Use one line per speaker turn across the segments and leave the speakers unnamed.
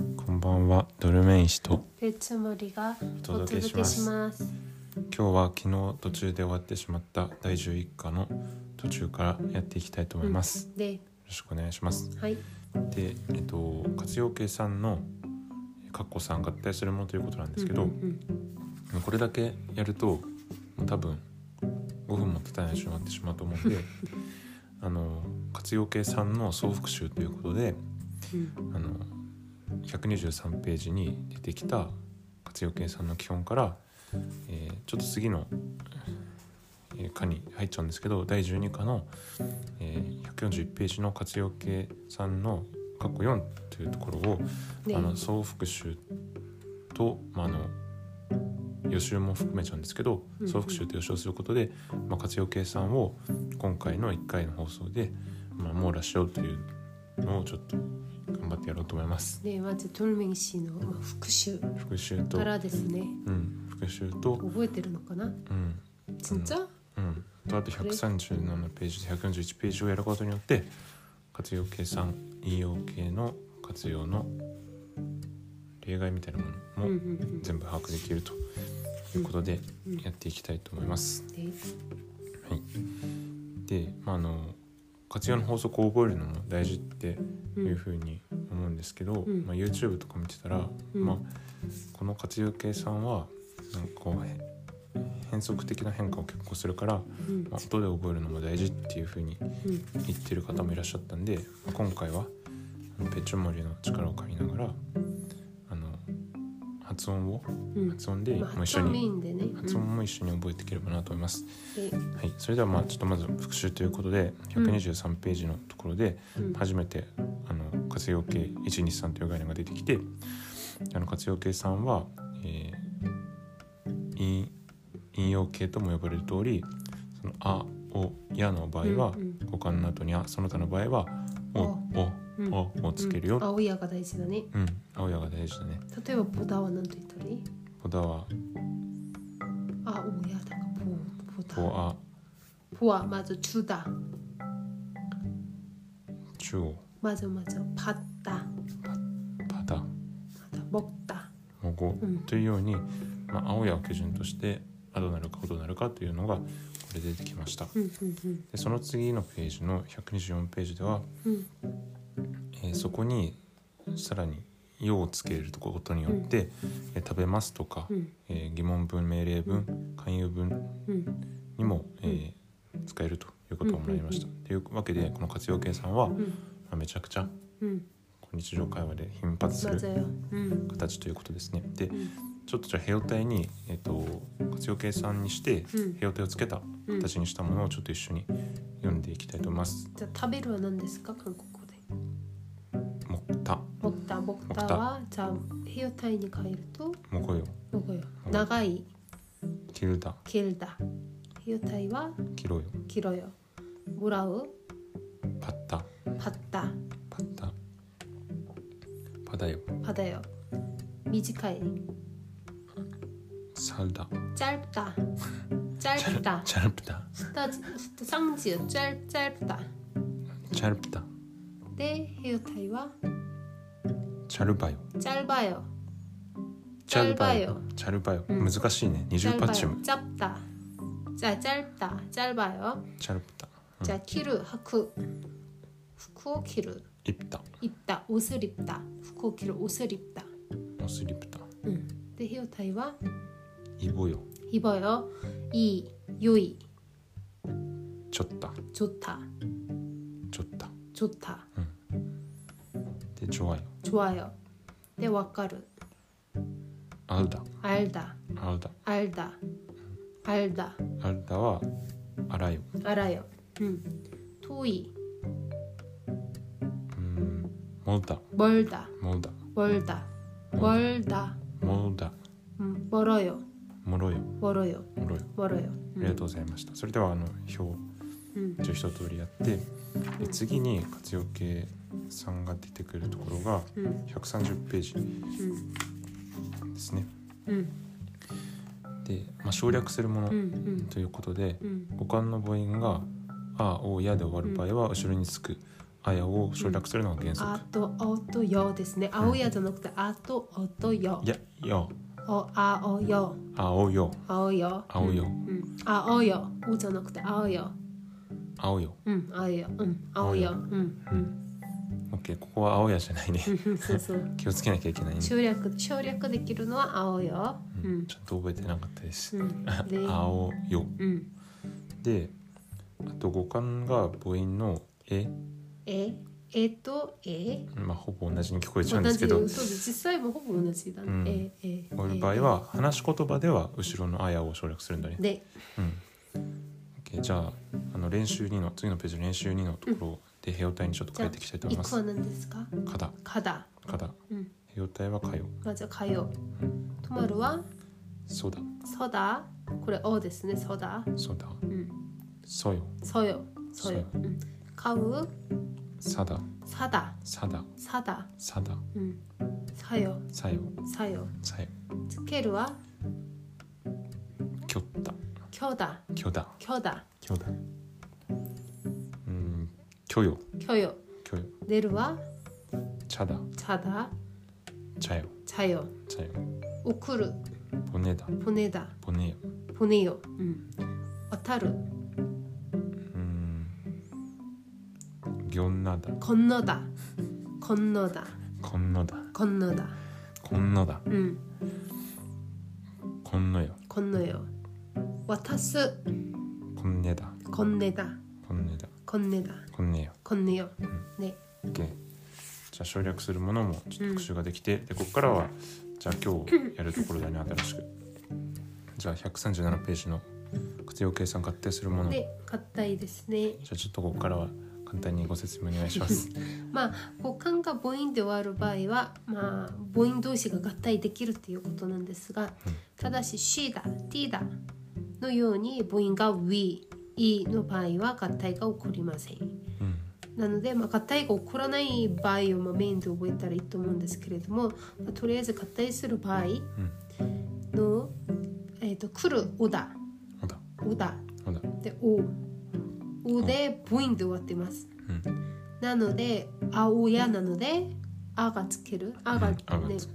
んはドルメイン氏と
別森が
お
お
届
届
けし
け
ま
し
す
ます。
今日は昨日途中で終わってしまった第11課の途中からやっていきたいと思います、よ
で、
ろしくお願いします
はい、
でえっと活用計算の括弧さん合体するものということなんですけど、
うんうん
これだけやると多分5分も経たないうちに終わってしまうと思うんであの活用計算の総復習ということで
うん
あの123ページに出てきた活用計算の基本から、えーちょっと次の、えー課に入っちゃうんですけど第12課の、えー141ページの活用計算の括弧4というところを、
ね
あの総復習と、まあ、あの予習も含めちゃうんですけど
うん
総復習と予習することで、まあ、活用計算を今回の1回の放送で、まあ、網羅しようというのをちょっと頑張ってやろうと思います。
でまずトルメン氏のまあ復習
復習と、
からですね。
うん、復習と、
覚えてるのかな？
うん、
つんちゃん？
うん、とあと137ページと141ページをやることによって活用計算引用系の活用の例外みたいなも
うん
の
う
も
ん
全部把握できるということで
うん。うんで
やっていきたいと思います。はい、で、まあ、あの活用の法則を覚えるのも大事って
うん
いうふうに思うんですけど、
ん
まあ、YouTube とか見てたら、
うん
まあ、この活用計算はなんかこうへ変則的な変化を結構するから、
うん
まあ、後で覚えるのも大事っていうふうに
うん
言ってる方もいらっしゃったんで、まあ今回はあのペチュモリの力を借りながらあの発音を
うん。
発音で
ま
も
あ
う一
発
緒
音メイ
に
ンでね。
発音も一緒に覚えていければなと思います。
うんで
はい、それではまあちょっとまず復習ということで
うん
123ページのところで
うん
初めてあの活用形123という概念が出てきてあの活用形さんは、えー引引用形とも呼ばれる通りその「あ」「お」「や」の場合は
うんうん
五感の後に「あ」その他の場合は「お」
うん
「お」「お」をつけるよ。
青い矢が大事だね。
うん、青やが大事だね。
例えばポダは何と言ったらいい？
ポダは
あ、おやだかポポ
ポ
ダ。
ア
ポはまずチュダ、
中央
まずまずパッダ、
パタ
またボッダ。
もうこう
うん
というように、まあ、青やを基準としてあどうなるかこうどうなるかというのがこれで出てきました
うんうんうん
でその次のページの124ページでは、
うん
えーそこにさらに「用をつけることによって、えー食べます」とか、
うん
えー疑問文命令文勧誘文
うん
にも、えー使えるということをもらいました。と、いうわけでこの活用計算は、ま
うん
あ、めちゃくちゃ
うん。
こう日常会話で頻発す
ま
る
ずよ。うん
形ということですね。で
うん
ちょっとじゃあ平体に、えー、と活用計算にして
うん
平体をつけた
うん。
形にしたものをちょっと一緒に読んでいきたいと思います。
じゃあ食べるは何ですか韓国語で。
もった
ボクタボクタはじゃあ平体に変えると
もこよ
どこよ
うん
長い
切るだ
切るだ。平体は
切ろよ
切ろよ。もらう
パッタ
パッタ
パッタパだよ
パだよ。短い
サルダ
짧다 짧다
チャルプタ
또 상지요 짧 짧다
チャルプタ
내 헤어타이와
チャルバよ
짧아요
チャルバよチ
チャルバ
ャルバよ
うん
難しいね二重パッチム
짧아요 짧다 자 짧다 짧아요
チャルプタ
자 키르 하쿠 후쿠오 키르
イプタ
입다 옷을 입다 후쿠오 키르 옷을 입다
オスリプタ
응. 내 헤어타이와
イボよ
입어요 이 요이
ちょった
좋다
ちょった
좋다
でちょわよ
좋아요 내 와카르
アウダ
알다
アウダ
알다 알다
アルダはあらよ
알아요. 음. 토이,
モルダ
멀다,
モルダ
멀다, 멀다,
モルダ
음, 멀어요,
もろよ
멀어요,
もろよ
멀어요.
ありがとうございましたそれではあの表
음.
じゃあ一通りやってで次に活用計算が出てくるところが
음.
130ページ
음.
ですね
음.
で、まあ、省略するもの
음.
ということで
음.
五感の母音が「あ」「お」「や」で終わる場合は後ろにつく「あやを省略するのが原則、
あとおとよですね。青やじゃなくてあとおとよ
い。やよ
おあおよ。
青よ
青よ。
青よ
うん。あおよ。おじゃなくて青よ。
青よ
うん。青よ。うん。青よ。うん。うん。
オッケーここは青やじゃないね
うん そうそう。
気をつけなきゃいけないね、
省略省略できるのは青よ。う
うん
ん。
ちょっと覚えてなかったです、
うん。 で、
青よ
うん。
であと五感が母音の「え
え、えとえ。」
まあほぼ同じに聞こえちゃう
同
んです
じ
け
よ。
ど
そうです。実際もほぼ同じだね。
うん
え、え。
この場合は話し言葉では後ろの「あや」を省略するんだね
え。で、
うん、OK じゃああの練習2の次のページの練習2のところで平体にちょっと
じゃ
変
あ
えていきたいと思いま
一個は
す。
何ですか？
かだ
かだ。
かだ
うん。
平体はかよ
まずかよ。とまるは
そうだ
そだ。これおですね。そだ。
そうだ
うん。
そうよ
そよ。そよ。うん。買う
さだ
さだ。
さだ
さだ。
さだ
うん。さよ。
さよ
さよ。
さよ
つけるは
きょった
きょだ。
きょだ
きょだ。
きょだうんきょよ
きょよ。
きょよ
出るは
茶だ
茶だ。
茶よ
茶よ。
茶よ
送る。
ぼねだ
보내다
ぼねよ
보내요 음. 어타루
うんぎょんなだ
건너다 건너다
こんのだ
건너다
こんのだ
음.
こんのよ
건너요 와타스
こんねだ
건네다
こんねだ
건네다
こんねよ
건네요 네
オッケーじゃあ省略するものもちょっと復習ができて、でここからはじゃあ今日やるところだね新しくじゃあ137ページの活用計算合定するものじゃ
네, 갔다이 ですね.
あちょっとここからは簡単にご説明お願いします
まあ、母漢が母音で終わる場合は、まあ、母音同士が合体できるということなんですが、ただし「し」だ「t」だのように母音が「we」「e」の場合は合体が起こりません。なので、まあ、合体が起こらない場合を、まあ、メインで覚えたらいいと思うんですけれども、まあとりあえず合体する場合の「えー、と来る」「おだ」
ほだ
「おだ」
ほだ
で「お」「お」で母音で終わってます。
うん
なので、あおやなので、あがつける。あが、ね、
あがつ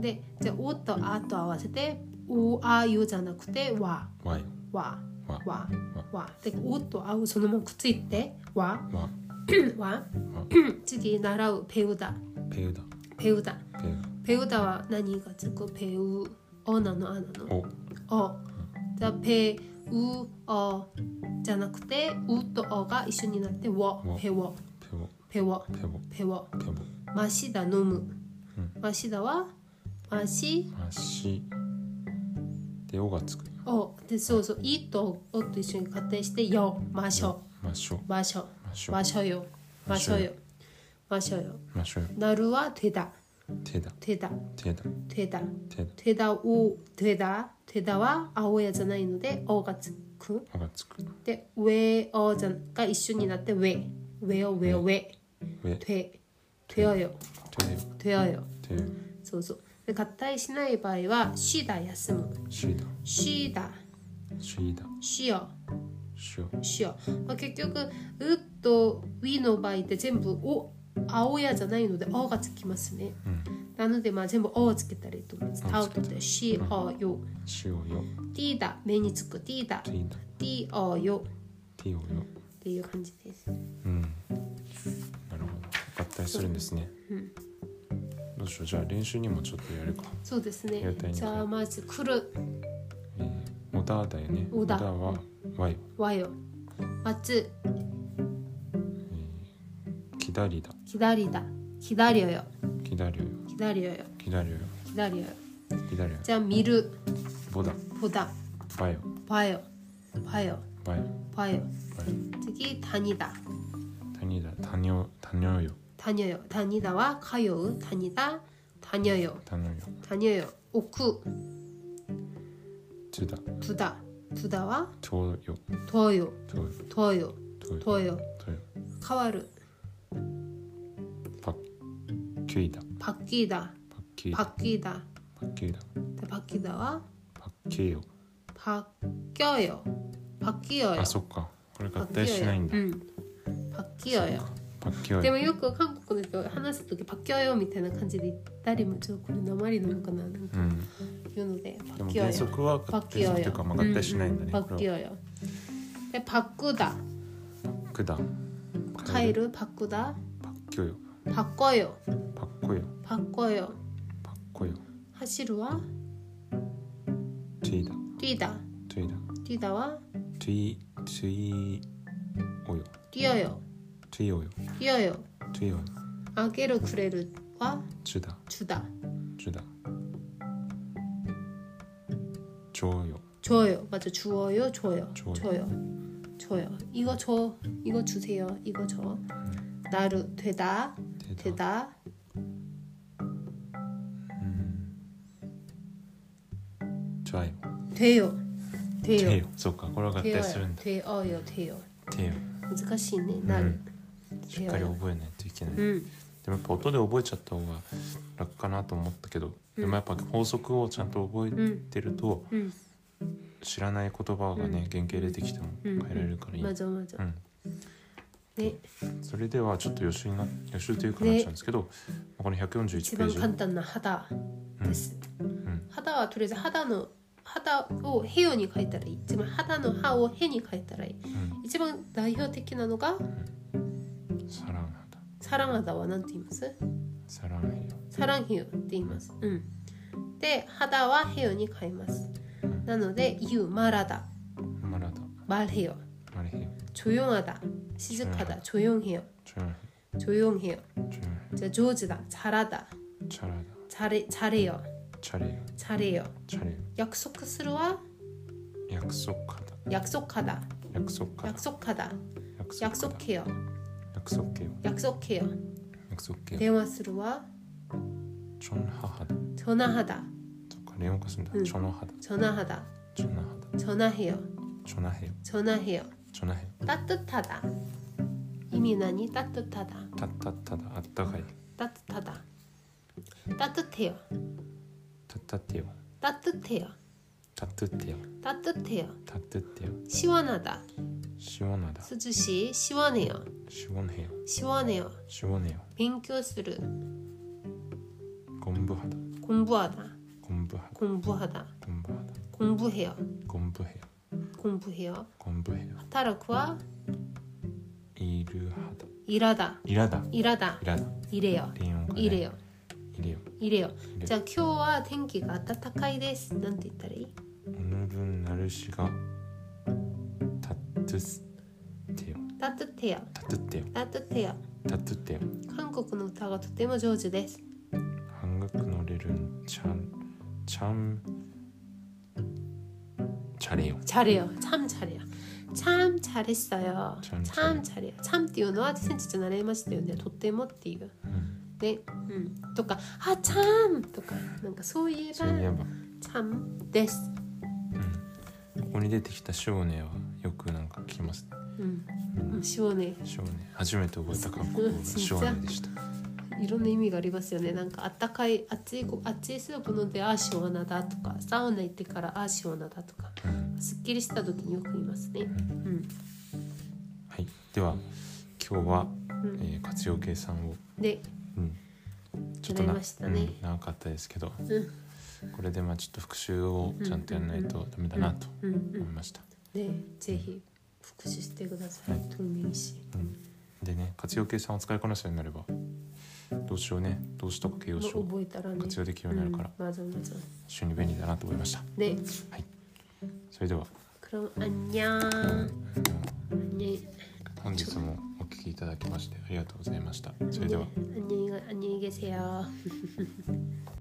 で、じゃあ、おとあと合わせて、おあよじゃなくて、わ、
わよ
わ、
わわ
わ、わ。で、おとあうそのままくっついて、わ、
わ
わ。次、習う、ペウだ、
ペウだ
ペウだ。
ペ
ペウだは何がつくペウ、おなの、あな
ウお
の、お。じゃあ、ペウ、おじゃなくて、うとおが一緒になって、わ、ペ
ペ
ウ、
ウ
ペ
ペ
ウ、
ウ
ペ
ペ
ウ。
ウ
マシダ飲む。マシダはマシ
ましでおがつく
をでそうそう「い」と「お」と一緒に合体して「よ」「ましょ
ましょ」
「ましょ」
まし
「
ょ
ましょよ」「ましょよ」「ましょよ」
ましょよ
「なる」は「てだ」
手だ
「てだ」
手だ
「てだ」
手だ
「てだ」「お」「てだ」「てだ」は青やじゃないので「お」がつく
おがつく
で「上」「お」じゃが一緒になって「上」「上を上を上」
上
「て」「てよよ」
手よ
「てよよ
手よ」
そうそうで合体しない場合は「し」だ休む
シーダ
「し」だ
シーダ
しよ
シオ
うしよう、まあ、結局「う」と「we」の場合って全部「お」「青や」じゃないので「お」がつきますね、なのでまあ全部「お」をつけたらいいと思います「た」を取って「し」「お」「よ
シオよ」
「d」だ目につく「d」だ
ティーダ
「d」「お」「よ」
ティオよ
っていう感じです
うんなるほど合体するんですねどうしようじゃあ練習にもちょっとやるか
そうです
了
ね
解
じゃあまず「来る
えー、オダだよね
オダ
はワイ
「わよ」「待つ」
「キダリだ
「左だ」「左よよ」
「キダリオよ」
「左よよ」
「キダリオよ」
「左よよ
「キダリオよ」
じゃあ「見る
「ボダ」
「ほだ」
「バヨ」
「ばよ」「ばよ」
「バヨ」
「ばよ」
「バヨ」
次「谷だ」
「タニだ」「タニオ」「タニオよ」
다녀요. 다니다와 가요. 다니다. 다녀요.
「タニオよ」
다녀요. 오쿠
「トゥダ」
두다. 두다와
「トウよ」
도요.
「トウよ」「トウよ」
도요.
「
도요.
トウよ」
카와르
「パッキュイだ」
바뀌다.
パッキーだ
바뀌다. 네,
パッキーだ
바뀌다와
パッケーよ
바뀌어요. 바뀌어요.
아, あそっかこれ合体しないんだ
응. 바뀌어요.
パッキョイ
でもよく韓国の人が話す時パッキョよみたいな感じで誰もちょっとこれ鉛なのかななん
う
か
ん、
言うのでパ
で
ッ
も
キョ
原
よ
則は
パ
合
ッキ
体
ョ
する
よ
というか、まあ、合体しないんだね、
パ
こ
ッキ
れは
ョよでパックダ
九段
カエルパックダ
パッキョよ
パッコよ
パッコよ
パッコよ
パッコよ
走るは
チーダ
リーダ
チーダ
リーダは
チーチーおよ
リオよ
チーおよ
リオよ
チーおよ
あげるくれるは
チュダ
주다
チュダチョウよ
줘요 맞아 주어요 줘요
줘요.
줘요 줘요 이거 줘 이거 주세요 이거 줘 나루 되다
テダ
되다
チョアよ
돼요
テ
돼요
よそうかこれは合体するんだ
돼요 돼요 돼요
テよ
難しいね
음.
나루
しっかり覚えないといけない、で
음.
もやっぱ音で覚えちゃった方が楽かなと思ったけど、でもやっぱ法則をちゃんと覚えてると、
음.
知らない言葉がね、原型出てきても変えられるからいい、
맞아 맞아
うん
네
それではちょっと予習な予習というかなっちゃうんですけど、この141ペー
지방
ジ
간단한 하다 です
음.
하다와 둘이서 하다는 하다오 해연이 가 있더라 있지만 하다는 하오 해니 가 있더라
うん、
一番代表的なのが
サランハだ
사랑하다와 なんて言います
サランヘヨ
사랑해요って言います。うん。で、肌はヘヨに変えます。なので、言う、マラだ、
マラダ
マルヘヨ、
マレヘヨ
조용하다、静かだ、조용해요、
チョヨン
조용해요。
ヘチョヨンヘ
じゃあ、上手だ、잘하다、
チャラダ
잘해잘해요、
チャレヨ
잘해요。
チャレ
約束するは
ヨ約束かだ
約束하다、
約束かだ
約束하다、
約束
約
かだ
束해요、
約束けよ
約束해요。
約束けよ
電話するは
チョンハハだ
전화하다、
そっか連音化するんだ、
うん
チョノハだ
전화하다、
チョナハだ
전화해요、
チョナヘヨ
전화해요。
チョナヘヨ
따뜻하다、意味何따뜻하다。
たったっただあったかい
따뜻하다. 따뜻해요.
たったってよ
따뜻해요.
たってってよ
따뜻해요.
たってってよ
시원하다.
しおなだ
수주시 시원해요.
しおねよ
시원해요.
しおねよ
勉強する.
ゴンブハだ
공부하다.
ゴンブハ
공부하다.
だゴンブハだ
공부해요.
ゴンブヘヨ
공부해요.
ゴンブヘヨ
타라쿠와
いるはだ
일하다.
いらだ
일하다.
いらだ
이래요.
連音化ね
이래요.
いれよ
이래요.
이래요.
자, 今日は天気が 따뜻하이です. なんて言ったらいい?
おぬるんなるしがたってすってよ
따뜻해요.
たってってよ
따뜻해요.
たってってよ
한국의 노타가 とても上手です.
半額のレルンちゃんちゃんチャレよ
잘해요. 참 잘해요. 참 잘했어요.
참
참, 잘해요. 참 띄우노와 진짜 나레마시대요네. 도때모 띄우.
うん
네. 음. 또까 아 참. 또까 뭔가
そういえ
소이라
ば、
참です.
うん、ここに出てきたショーネはよくなんか聞きますね
음. 음, 시원해.
ショーネ初めて覚えた韓国語がショーネでした
이런 의미가 ありますよね. 뭔가 아따카이 아찌 아찌 수업 飲んで 아, 시원하다 とか, 사우나 行ってから 아, 시원하다 とか,
うん
すっきりした時によく言いますね. 음.
はいでは今日は、
うん
えー活用計算を、
네.
うん、ちょっと
習い
な、
ましたね
うん長かったですけど
음.
これでまあちょっと復習をちゃんとやらないとダメだなと
음.
思い
음.
ました、
네. ぜひ復習してください. 동민이 씨.
うん、でね活用計算を使いこなすようになれば動詞をね動詞とか形容詞を
覚えたらね。
活用できるようになるから
맞아 맞아.
非常に便利だなと思いました
네.
それでは
그럼 안녕. ね
本日もお聞きいただきましてありがとうございましたそれでは
안녕히 안녕히 계세요.